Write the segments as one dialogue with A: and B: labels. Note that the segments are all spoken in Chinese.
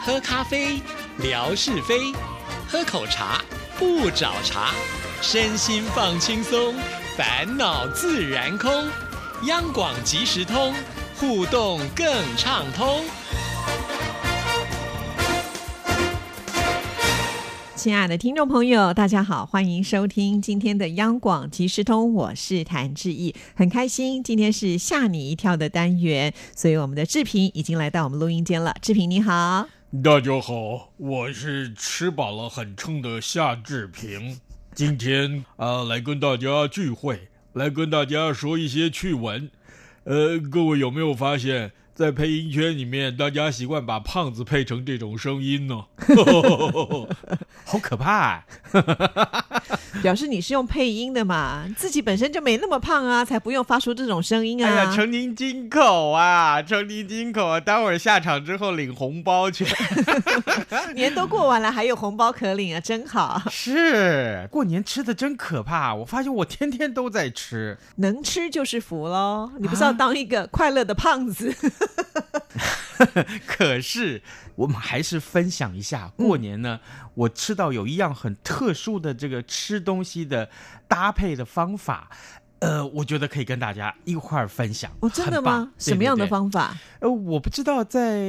A: 喝咖啡，聊是非；喝口茶，不找茬。身心放轻松，烦恼自然空。央广即时通，互动更畅通。
B: 亲爱的听众朋友，大家好，欢迎收听今天的央广即时通，我是谭志毅，很开心，今天是吓你一跳的单元，所以我们的志平已经来到我们录音间了。志平你好，
C: 大家好，我是吃饱了很撑的夏志平，今天啊、来跟大家聚会，来跟大家说一些趣闻。呃，各位有没有发现，在配音圈里面，大家习惯把胖子配成这种声音呢？好可怕、啊！
B: 表示你是用配音的嘛，自己本身就没那么胖啊，才不用发出这种声音
D: 哎呀，
B: 啊。
D: 成您金口啊，成您金口啊！待会儿下场之后领红包去。
B: 年都过完了，还有红包可领啊，真好，
D: 是，过年吃的真可怕，我发现我天天都在吃。
B: 能吃就是福喽。你不是要当一个快乐的胖 子？
D: 可是我们还是分享一下，过年呢，我吃到有一样很特殊的这个吃东西的搭配的方法。呃，我觉得可以跟大家一块儿分享。
B: 哦，真的
D: 很棒
B: 吗？什么样的？
D: 对对对
B: 方法？
D: 呃，我不知道在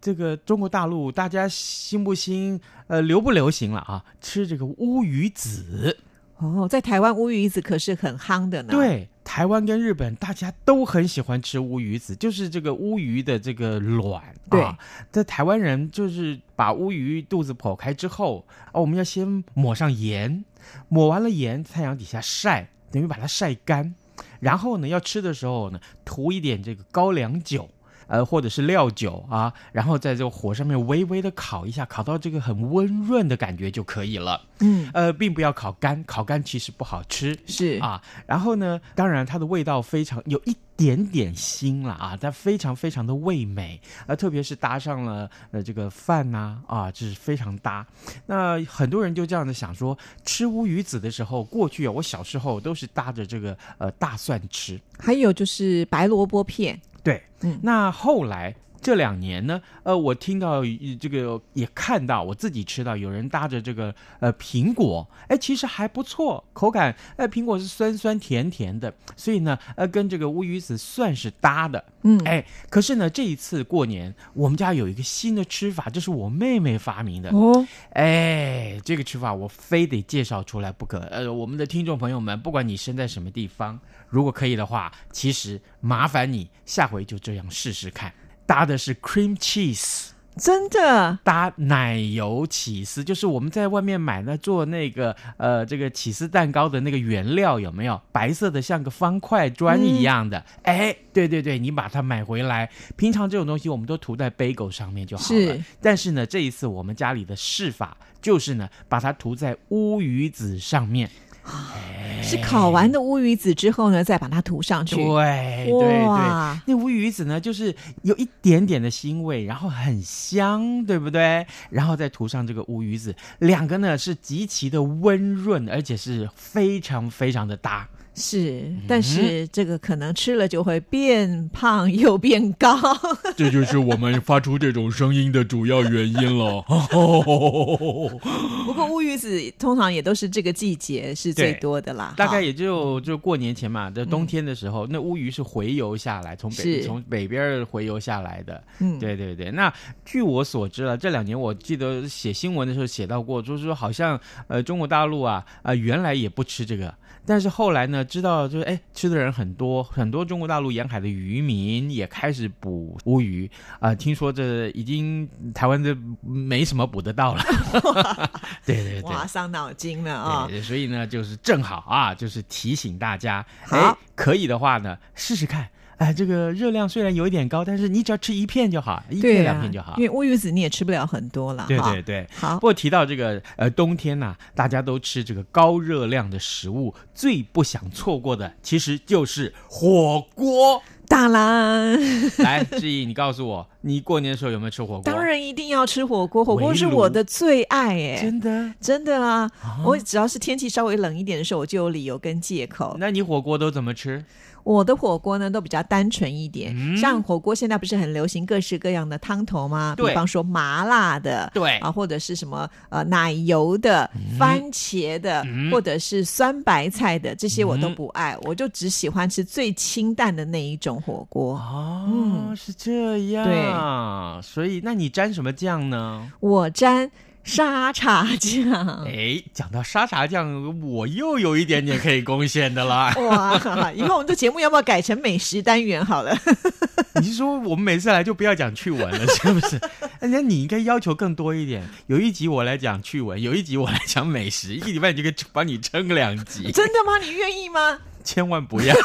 D: 这个中国大陆，大家兴不兴，呃，流不流行了啊？吃这个乌鱼子，
B: 哦，在台湾乌鱼子可是很夯的呢。，
D: 对，台湾跟日本大家都很喜欢吃乌鱼子，就是这个乌鱼的这个卵。
B: 对
D: 啊，在台湾人就是把乌鱼肚子剖开之后，啊，我们要先抹上盐，抹完了盐，太阳底下晒，等于把它晒干。然后呢，要吃的时候呢，涂一点这个高粱酒。呃，或者是料酒啊，然后在这个火上面微微的烤一下，烤到这个很温润的感觉就可以了。
B: 嗯，
D: 呃，并不要烤干，烤干其实不好吃。
B: 是
D: 啊，然后呢，当然它的味道非常有一点点腥了啊，但非常非常的味美，呃，特别是搭上了呃这个饭呐啊这是非常搭。那很多人就这样子想说，吃乌鱼子的时候，过去啊，我小时候都是搭着这个呃大蒜吃，
B: 还有就是白萝卜片，
D: 对，
B: 嗯
D: 那后来。这两年呢，呃，我听到呃这个也看到，我自己吃到有人搭着这个呃苹果，哎，其实还不错，口感，呃，苹果是酸酸甜甜的，所以呢，呃，跟这个乌鱼子算是搭的，
B: 嗯
D: 哎，可是呢，这一次过年我们家有一个新的吃法，这是我妹妹发明的，
B: 哦，
D: 哎，这个吃法我非得介绍出来不可。呃，我们的听众朋友们，不管你身在什么地方，如果可以的话，其实麻烦你下回就这样试试看。搭的是 cream cheese，
B: 真的
D: 搭奶油起司，就是我们在外面买那做那个呃这个起司蛋糕的那个原料有没有？白色的像个方块砖一样的，
B: 嗯
D: 哎，对对对，你把它买回来。平常这种东西我们都涂在 bagel 上面就好了
B: 是。
D: 但是呢，这一次我们家里的试法就是呢，把它涂在乌鱼子上面。
B: 是烤完的乌鱼子之后呢，再把它涂上去。
D: 对对对，
B: 哇，
D: 那乌鱼子呢，就是有一点点的腥味，然后很香，对不对？然后再涂上这个乌鱼子，两个呢是极其的温润，而且是非常非常的搭。
B: 是，但是这个可能吃了就会变胖又变高。
C: 这就是我们发出这种声音的主要原因了。
B: 不过乌鱼子通常也都是这个季节是最
D: 对
B: 多的啦，
D: 大概
B: 哈
D: 也就就过年前嘛，在冬天的时候，那乌鱼是回游下来，从
B: 是
D: 北从北边儿回游下来的。
B: 嗯
D: 对对对，那据我所知啊，这两年我记得写新闻的时候写到过，就是说好像呃中国大陆啊啊、呃原来也不吃这个，但是后来呢知道就是哎吃的人很多，很多中国大陆沿海的渔民也开始捕乌鱼啊、听说这已经台湾这没什么捕得到了， 对对对。
B: 哇伤脑筋了啊、
D: 对，所以呢，就是正好啊，就是提醒大家，
B: 好
D: 哎，可以的话呢，试试看。哎，这个热量虽然有一点高，但是你只要吃一片就好，一
B: 对
D: 片
B: 啊
D: 两片就好
B: 因。为乌鱼子你也吃不了很多了，
D: 对
B: 哈
D: 对对。
B: 好
D: 不，过提到这个呃冬天呐、大家都吃这个高热量的食物，最不想错过的其实就是火锅。
B: 当然，
D: 来，志毅，你告诉我，你过年的时候有没有吃火锅？
B: 当，然一定要吃火锅，火锅
D: 围
B: 是
D: 炉
B: 我的最爱哎、
D: 真的。
B: 真的啊，我只要是天气稍微冷一点的时候，我就有理由跟借口。
D: 那你火锅都怎么吃？
B: 我的火锅呢都比较单纯一点，
D: 嗯
B: 像火锅现在不是很流行各式各样的汤头吗？
D: 对
B: 比方说麻辣的，
D: 对嗯
B: 啊，或者是什么呃奶油的、番茄的，或者是酸白菜的，这些我
D: 嗯
B: 都不爱，我就只喜欢吃最清淡的那一种火锅。
D: 哦
B: 嗯，
D: 是这样。对，所以那你沾什么酱呢？
B: 我沾沙茶 酱。。
D: 哎，讲到沙茶酱，我又有一点点可以贡献的啦
B: 哇！以后我们这节目要不要改成美食单元好 了？
D: 你是说我们每次来就不要讲趣闻了，是不是？ 哎那你应该要求更多一点。有一集我来讲趣闻，有一集我来讲美食，一个礼拜你就可以帮你撑个两 集，
B: 真的吗？你愿意吗？
D: 千万不要。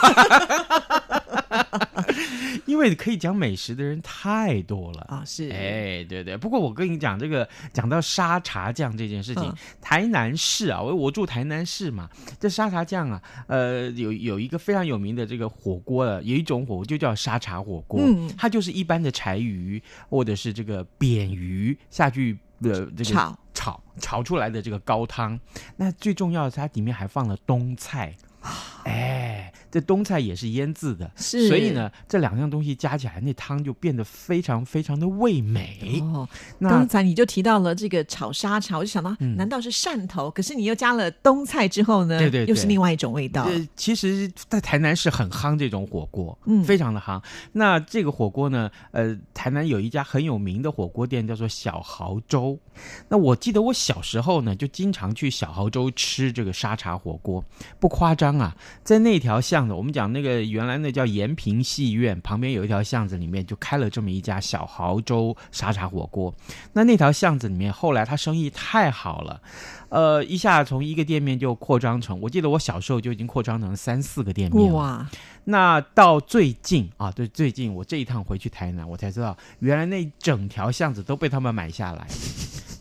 D: 因为可以讲美食的人太多了
B: 啊，是，
D: 哎，对对，不过我跟你讲，这个讲到沙茶酱这件事情，
B: 嗯
D: 台南市啊，我我住台南市嘛，这沙茶酱啊，呃，有有一个非常有名的这个火锅啊，有一种火锅就叫沙茶火锅，
B: 嗯
D: 它就是一般的柴鱼或者是这个扁鱼下去呃这个
B: 炒
D: 炒炒出来的这个高汤，那最重要的是它里面还放了冬菜，
B: 啊
D: 哎，这冬菜也是腌制的，
B: 是
D: 所以呢，这两样东西加起来，那汤就变得非常非常的味美。
B: 哦，
D: 那呃嗯
B: 刚才你就提到了这个炒沙茶，我就想到，难道是汕头？可是你又加了冬菜之后呢，
D: 对对对
B: 又是另外一种味道。
D: 呃，其实，在台南是很夯这种火锅，
B: 嗯
D: 非常的夯。那这个火锅呢，呃，台南有一家很有名的火锅店叫做小豪洲。那我记得我小时候呢，就经常去小豪洲吃这个沙茶火锅，不夸张啊，在那条巷子，我们讲那个原来那叫延平戏院旁边有一条巷子里面就开了这么一家小豪洲沙茶火锅。那那条巷子里面，后来他生意太好了，呃，一下从一个店面就扩张成，我记得我小时候就已经扩张成三四个店面了。
B: 哇，
D: 那到最近啊，对，最近我这一趟回去台南，我才知道，原来那一整条巷子都被他们买下来，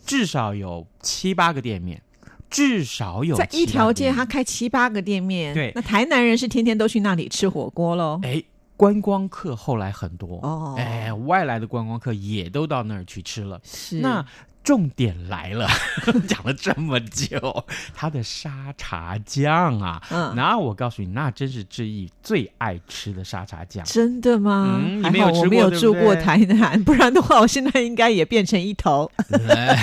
D: 至少有七八个店面，至少有
B: 在
D: 七
B: 一条
D: 八个
B: 街
D: 店面
B: 他开七八个店面，
D: 对
B: 那台南人是天天都去那里吃火锅喽。
D: 哎，观光客后来很多
B: 哦
D: 哎，外来的观光客也都到那儿去吃了。
B: 是
D: 那重点来了， 讲了这么久，它的沙茶酱啊，
B: 嗯
D: 那我告诉你，那真是志毅最爱吃的沙茶酱。
B: 真的吗？
D: 嗯你
B: 还
D: 没有
B: 好
D: 吃
B: 我
D: 过
B: 没有
D: 对不
B: 住过
D: 对
B: 台南，不然的话，我现在应该也变成一头。
D: 呃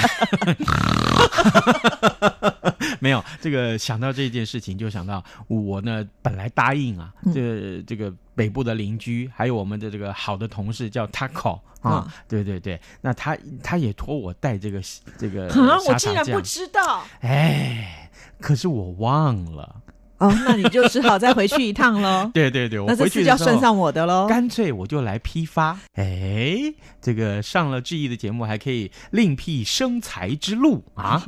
D: 没有这个想到这件事情，就想到我呢本来答应啊，
B: 嗯
D: 这个这个北部的邻居，还有我们的这个好的同事叫 Taco 啊，
B: 嗯
D: 对对对，那他他也托我带这个这个
B: 啊，我
D: 沙
B: 竟
D: 茶
B: 然不
D: 酱，
B: 知道。
D: 哎，可是我忘了，。
B: 哦，那你就只好再回去一趟喽
D: 对对对，我
B: 那这
D: 回
B: 次
D: 去
B: 就要
D: 的时
B: 算
D: 候。
B: 上我的喽。
D: 干脆我就来批发，哎，这个上了志毅的节目，还可以另辟生财之路啊！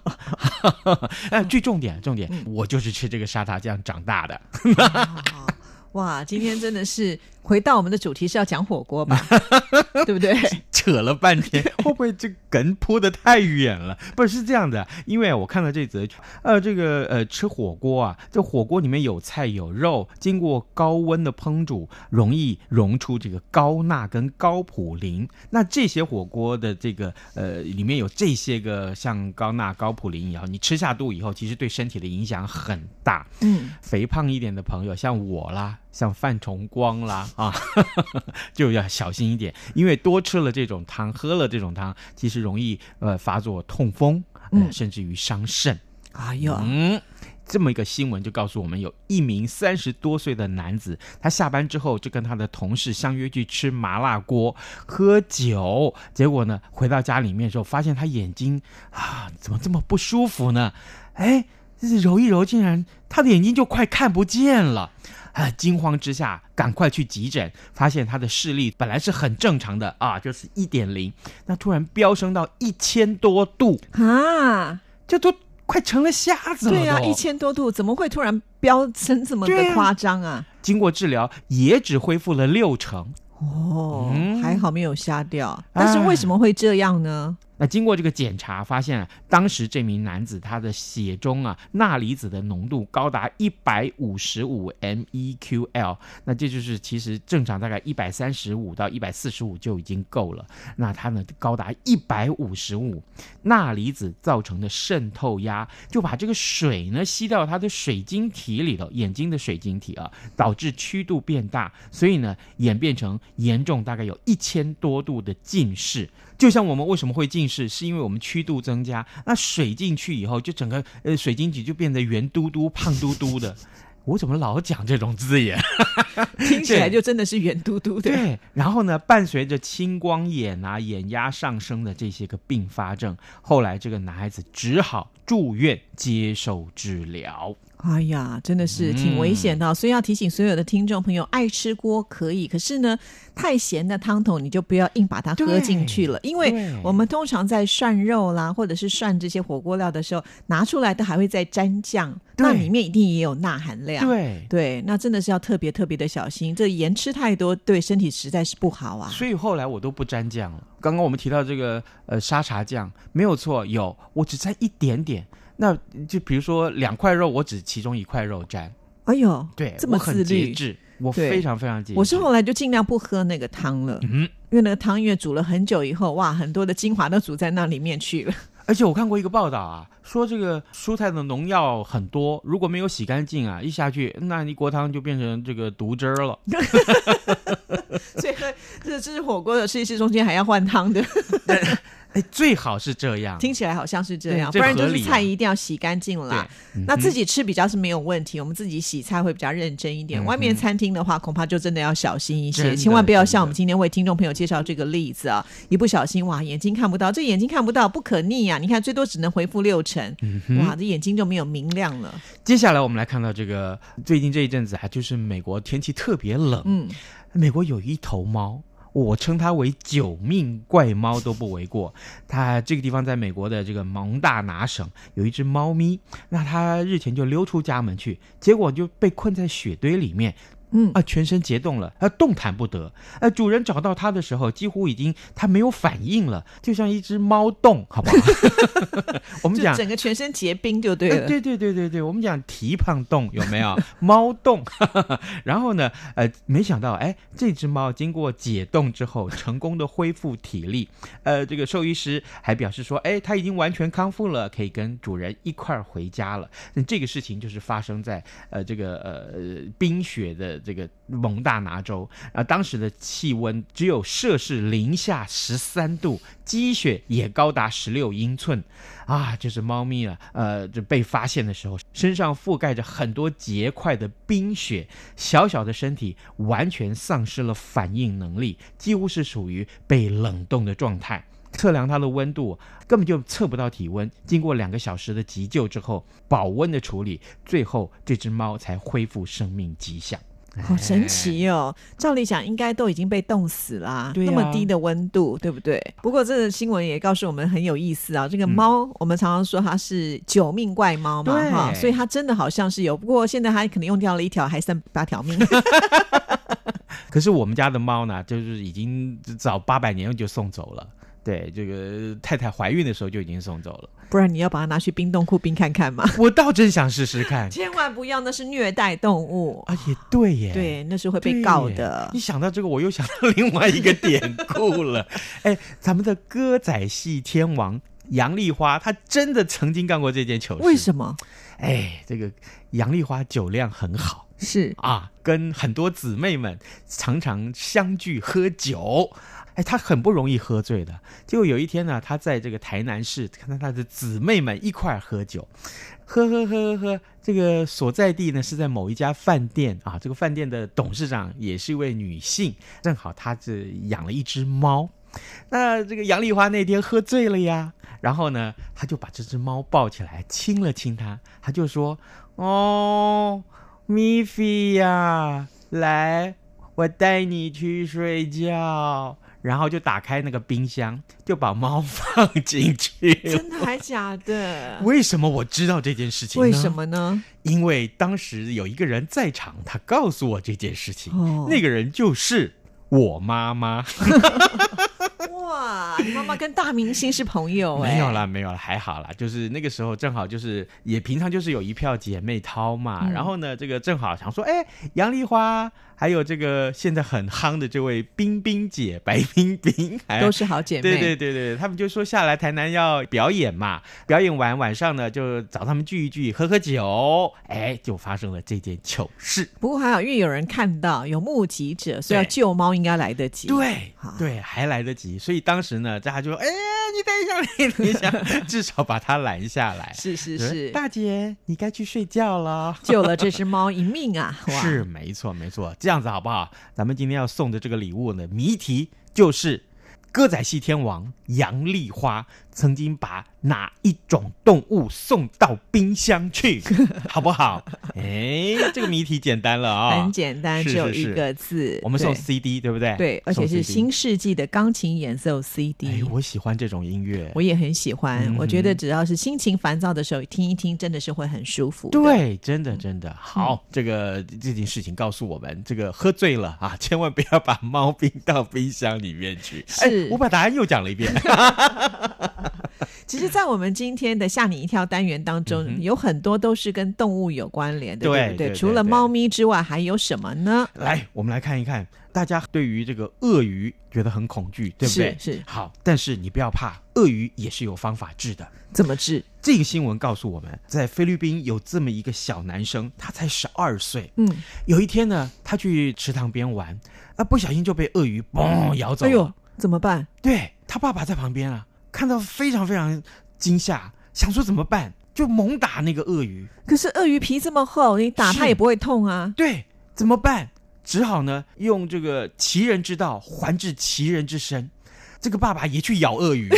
D: 哎，最重点，重点，我就是吃这个沙茶酱长大的。
B: 哦哇，今天真的是回到我们的主题是要讲火锅吧， 对不对？
D: 扯了半天， 会不会这梗铺的太远了？ 不是这样的，因为我看到这则，呃，这个呃，吃火锅啊，这火锅里面有菜有肉，经过高温的烹煮，容易溶出这个高钠跟高普林。那这些火锅的这个呃，里面有这些个像高钠、高普林以后，你吃下肚以后，其实对身体的影响很大。
B: 嗯，
D: 肥胖一点的朋友，像我啦，像范崇光啦啊， 就要小心一点，因为多吃了这种汤，喝了这种汤，其实容易呃发作痛风，呃
B: 嗯
D: 甚至于伤肾。
B: 哎呦，
D: 嗯，这么一个新闻就告诉我们，有一名三十多岁的男子，他下班之后就跟他的同事相约去吃麻辣锅、喝酒，结果呢，回到家里面的时候，发现他眼睛啊怎么这么不舒服呢？哎，这揉一揉，竟然他的眼睛就快看不见了。啊！惊慌之下，赶快去急诊，发现他的视力本来是很正常的啊，就是一点零，那突然飙升到一千多度，
B: 啊，
D: 这都快成了瞎子了都。
B: 对啊，一千多度怎么会突然飙升这么
D: 对
B: 的
D: 啊
B: 夸张啊？
D: 经过治疗也只恢复了六成。
B: 哦，
D: 嗯
B: 哎还好没有瞎掉。但是为什么会这样呢？
D: 那经过这个检查，发现啊，当时这名男子他的血中啊钠离子的浓度高达一百五十五 MEqL，那这就是其实正常大概一百三十五到一百四十五就已经够了，那他呢高达一百五十五，钠离子造成的渗透压就把这个水呢吸到他的水晶体里头，眼睛的水晶体啊，导致曲度变大，所以呢演变成严重大概有一千多度的近视。就像我们为什么会近视，是因为我们曲度增加，那水进去以后，就整个呃水晶体就变得圆嘟嘟、胖嘟嘟的。 我怎么老讲这种字眼？
B: 听起来就真的是圆嘟嘟的。
D: 对，然后呢，伴随着青光眼啊、眼压上升的这些个并发症，后来这个男孩子只好住院接受治疗。
B: 哎呀，真的是挺危险的哦、所以要提醒所有的听众朋友，爱吃锅可以，可是呢，太咸的汤桶你就不要硬把它喝进去了，因为
D: 对
B: 我们通常在涮肉啦，或者是涮这些火锅料的时候，拿出来的还会再沾酱，
D: 对
B: 那里面一定也有钠含量。
D: 对，
B: 对那真的是要特别特别的小心，这盐吃太多对身体实在是不好啊。
D: 所以后来我都不沾酱了。刚刚我们提到这个呃沙茶酱，没有错，有我只沾一点点。那就比如说两块肉，我只其中一块肉沾，
B: 哎呦，
D: 对，
B: 这么
D: 我
B: 自
D: 很节
B: 律，
D: 制，我
B: 对
D: 非常非常节制。
B: 我是后来就尽量不喝那个汤了，
D: 嗯，
B: 因为那个汤因为煮了很久以后，哇，很多的精华都煮在那里面去了。
D: 而且我看过一个报道啊，说这个蔬菜的农药很多，如果没有洗干净啊，一下去那一锅汤就变成这个毒汁儿了。
B: 所以这吃火锅的，吃一吃中间还要换汤的，
D: 啊哎，最好是这样。
B: 听起来好像是这
D: 对
B: 样，
D: 这
B: 不然
D: 合
B: 就是
D: 理啊
B: 菜一定要洗干净啦。
D: 嗯
B: 那自己吃比较是没有问题，我们自己洗菜会比较认真一点。外面餐厅的话，恐怕就真的要小心一
D: 嗯真
B: 些，
D: 的
B: 千万不要
D: 真的
B: 像我们今天为听众朋友介绍这个例子啊，一不小心哇，眼睛看不到，这眼睛看不到不可逆啊！你看最多只能回复六成，哇，这眼睛就没有明亮了。
D: 嗯接下来我们来看到这个最近这一阵子啊，就是美国天气特别冷，
B: 嗯，
D: 美国有一头猫。我称它为九命怪猫都不为过。它这个地方在美国的这个蒙大拿省有一只猫咪，那它日前就溜出家门去，结果就被困在雪堆里面，
B: 嗯
D: 啊，全身结冻了，啊，动弹不得。呃，主人找到它的时候，几乎已经它没有反应了，就像一只猫冻，好不 好？我们
B: 就
D: 讲
B: 整个全身结冰就对
D: 哎
B: 了。
D: 对对对对对，我们讲蹄膀冻有没 有？猫冻， 然后呢，呃，没想到，哎，这只猫经过解冻之后，成功的恢复体力。呃，这个兽医师还表示说，哎，它已经完全康复了，可以跟主人一块儿回家了。那这个事情就是发生在呃这个呃冰雪的这个蒙大拿州啊、当时的气温只有摄氏零下十三度，积雪也高达十六英寸。啊，这是猫咪啊，呃，这被发现的时候，身上覆盖着很多结块的冰雪，小小的身体完全丧失了反应能力，几乎是属于被冷冻的状态。测量它的温度根本就测不到体温，经过两个小时的急救之后，保温的处理，最后这只猫才恢复生命迹象。
B: 好神奇哦！照理讲，应该都已经被冻死啦、
D: 对
B: 那
D: 啊
B: 么低的温度，对不对？不过这个新闻也告诉我们很有意思啊。
D: 嗯
B: 这个猫，我们常常说它是九命怪猫嘛，
D: 对
B: 哈，所以它真的好像是有。不过现在它可能用掉了一条，还剩八条命。
D: 可是我们家的猫呢，就是已经早八百年就送走了。对，这个太太怀孕的时候就已经送走了。
B: 不然你要把它拿去冰冻库冰看 看嘛。
D: 我倒真想试试看，
B: 千万不要，那是虐待动物。
D: 啊，也对耶，
B: 对，那是会
D: 对
B: 被
D: 耶
B: 告的
D: 一。想到这个，我又想到另外一个典故了。 哎，咱们的歌仔戏天王杨丽花，她真的曾经干过这件糗事。
B: 为什么？
D: 么？哎，这个杨丽花酒量很好。
B: 是
D: 啊，跟很多姊妹们常常相聚喝酒。哎，她很不容易喝醉的。结果有一天呢，她在这个台南市看到她的姊妹们一块儿喝酒，喝喝喝喝喝。这个所在地呢是在某一家饭店啊，这个饭店的董事长也是一位女性，正好她这养了一只猫。那这个杨丽花那天喝醉了呀，然后呢，她就把这只猫抱起来亲了亲它，她就说：“哦，米菲呀，来，我带你去睡觉。然后就打开那个冰箱，就把猫放进去。
B: 真的还假的？
D: 为什么我知道这件事情呢？
B: 为什？么呢？
D: 因为当时有一个人在场，他告诉我这件事情。
B: 哦
D: 那个人就是我妈妈。
B: 哇，啦，你妈妈跟大明星是朋友哎、
D: 没有啦，没有啦，还好啦，就是那个时候正好就是也平常就是有一票姐妹淘嘛，
B: 嗯
D: 然后呢，这个正好想说，哎，杨丽花，还有这个现在很夯的这位冰冰姐白冰冰，还
B: 都是好姐妹。
D: 哎对对对对，他们就说下来台南要表演嘛，表演完晚上呢就找他们聚一聚，喝喝酒，哎，就发生了这件糗事。
B: 不过还好，因为有人看到有目击者，所以要
D: 对
B: 救猫应该来得及。，
D: 对
B: 好
D: 对，还来得及，所以当时呢，大家就哎，你等一下，你等 一下，至少把他拦下来。
B: 是是是，
D: 大姐，你该去睡觉了。
B: 救了这只猫一命啊！哇，
D: 是，没错，没错，这样子好不好？咱们今天要送的这个礼物呢，谜题就是歌仔戏天王杨丽花曾经把哪一种动物送到冰箱 去，好不好？哎，这个谜题简单了啊、
B: 很简单，
D: 是
B: 只有
D: 是
B: 一
D: 是
B: 个字。
D: 我们送
B: 对
D: CD 对不对？
B: 对，而且
D: 送
B: 是
D: CD
B: 新。世纪的钢琴演奏 CD。
D: 哎，我喜欢这种音乐。
B: 我也很喜欢，
D: 嗯
B: 我觉得只要是心情烦躁的时候听一听，真的是会很舒服。，
D: 对，真
B: 嗯
D: 的真的好，这个这件事情告诉我们，这个喝醉了啊， 千万不要把猫冰到冰箱里面去。哎
B: 是
D: 我把答案又讲了一遍。
B: 其实，在我们今天的吓你一跳单元当中，有很多都是跟动物有关联的，
D: 嗯对
B: 不对？
D: 对对
B: 除了猫咪之外，还有什么呢？
D: 来，我们来看一看，大家对于这个鳄鱼觉得很恐惧，对不对？
B: 是是
D: 好，但是你不要怕，鳄鱼也是有方法治的。
B: 怎么治？
D: 这个新闻告诉我们，在菲律宾有这么一个小男生，他才十二岁。
B: 嗯，
D: 有一天呢，他去池塘边玩，啊，不小心就被鳄鱼嘣咬走
B: 哎
D: 了。
B: 呦，怎么办？
D: 对他爸爸在旁边啊，看到非常非常惊吓，想说怎么办，就猛打那个鳄鱼。
B: 可是鳄鱼皮这么厚，你打
D: 是
B: 它也不会痛啊。
D: 对，怎么办？只好呢，用这个其人之道还治其人之身。这个爸爸也去咬鳄鱼，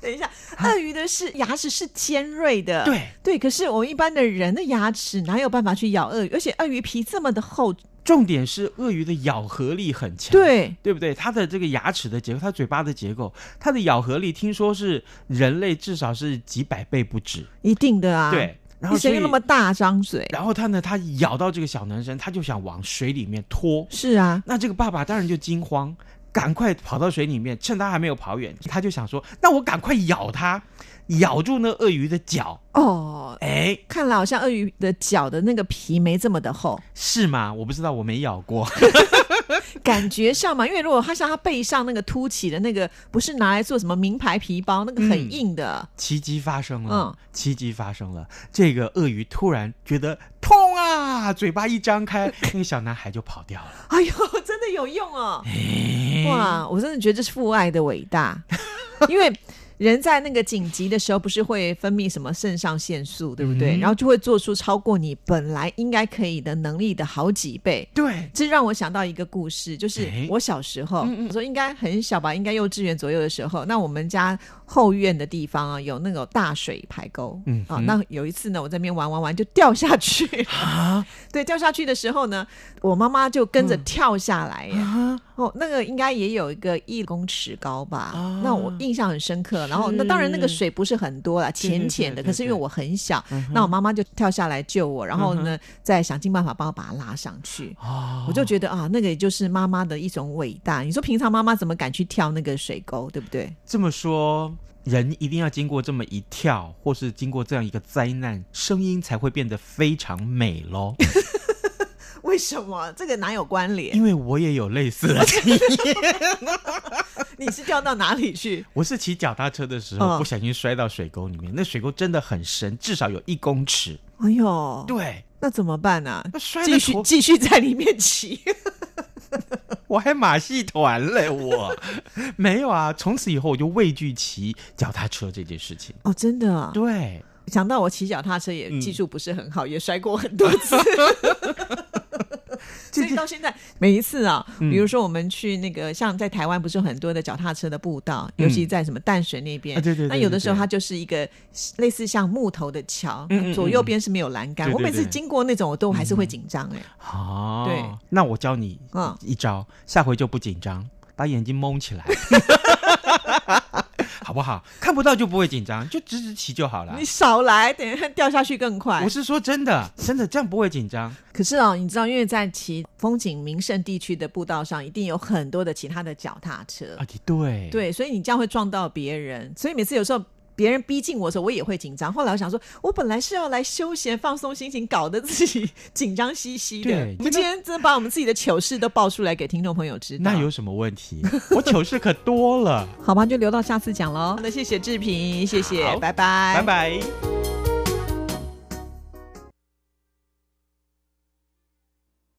B: 等一下，鳄鱼的是牙齿是尖锐的，
D: 对
B: 啊对。可是我们一般的人的牙齿哪有办法去咬鳄鱼？而且鳄鱼皮这么的厚，
D: 重点是鳄鱼的咬合力很强，
B: 对，
D: 对不对？它的这个牙齿的结构，它嘴巴的结构，它的咬合力，听说是人类至少是几百倍不止。
B: 一定的啊。
D: 对，然后
B: 你
D: 所
B: 谁
D: 以
B: 那么大张嘴？
D: 然后它呢，它咬到这个小男生，它就想往水里面拖，
B: 是啊，
D: 那这个爸爸当然就惊慌，赶快跑到水里面，趁他还没有跑远，他就想说：“那我赶快咬他，咬住那鳄鱼的脚。
B: 哦”，
D: 哎，
B: 看来好像鳄鱼的脚的那个皮没这么的厚，
D: 是吗？我不知道，我没咬过。
B: 感觉上嘛，因为如果它像它背上那个凸起的那个，不是拿来做什么名牌皮包，那个
D: 嗯
B: 很硬的，
D: 奇迹发生了，
B: 嗯
D: 奇迹发生了。这个鳄鱼突然觉得痛啊，嘴巴一张开，那个小男孩就跑掉了。
B: 哎呦，真的有用哦！哇，我真的觉得这是父爱的伟大， 因为人在那个紧急的时候，不是会分泌什么肾上腺素，对不对？
D: 嗯
B: 然后就会做出超过你本来应该可以的能力的好几倍。
D: 对，
B: 这让我想到一个故事，就是
D: 哎
B: 我小时候，我说应该很小吧，应该幼稚园左右的时候，那我们家后院的地方啊，有那个大水排沟，
D: 嗯
B: 啊，那有一次呢，我在那边玩玩玩就掉下去，
D: 啊嗯
B: 对，掉下去的时候呢，我妈妈就跟着跳下来耶，
D: 啊，
B: 哦，那个应该也有一个一公尺高吧？
D: 啊
B: 那我印象很深刻。然后那当然那个水不是很多啦，
D: 对对
B: 浅浅的。
D: 对对嗯
B: 可是因为我很小，那我妈妈就跳下来救我，然后呢、再想尽办法帮我把它拉上去。
D: 哦
B: 我就觉得啊，那个也就是妈妈的一种伟大。你说平常妈妈怎么敢去跳那个水沟，对不对？
D: 这么说，人一定要经过这么一跳，或是经过这样一个灾难，声音才会变得非常美喽。
B: 为什么这个哪有关联？
D: 因为我也有类似的经验，
B: 你是掉到哪里去？
D: 我是骑脚踏车的时
B: 嗯
D: 候不小心摔到水沟里面，那水沟真的很深，至少有一公尺。
B: 哎呦，
D: 对，
B: 那怎么办呢、
D: 那摔
B: 继
D: 的
B: 续
D: 头，
B: 继续在里面骑。
D: 我还马戏团嘞，我 没有啊。从此以后我就畏惧骑脚踏车这件事情。
B: 哦，真的、啊。
D: 对，
B: 想到我骑脚踏车也技
D: 嗯
B: 术不是很好，也摔过很多次。 所以到现在，每一次啊，
D: 嗯
B: 比如说我们去那个，像在台湾不是有很多的脚踏车的步道，尤其在什么淡水那边，
D: 嗯啊对对对
B: 那有的时候
D: 对对
B: 它就是一个类似像木头的桥，啊
D: 嗯嗯嗯
B: 左右边是没有栏杆。
D: 对对
B: 我每次
D: 对
B: 经过那种，我都还是会紧张哎、
D: 哦，
B: 对，
D: 那我教你
B: 嗯
D: 一招，下回就不紧张，把眼睛蒙起来，好好不好？看不到就不会紧张，就直直骑就好了
B: 你。少来，等一下掉下去更快
D: 啊我。是说真的，真的这样不会紧张。
B: 可是哦，你知道，因为在骑风景名胜地区的步道上，一定有很多的其他的脚踏车，
D: 啊，对，
B: 对，所以你这样会撞到别人。所以每次有时候别人逼近我的时候，我也会紧张。后来我想说，我本来是要来休闲放松心情，搞得自己紧张兮兮的
D: 对。
B: 我们今天真的把我们自己的糗事都爆出来给听众朋友知道，
D: 那有什么问题？ 我糗事可多了。
B: 好吧，就留到下次讲喽。那谢谢志平，谢谢，
D: 好
B: 拜拜，
D: 拜。拜。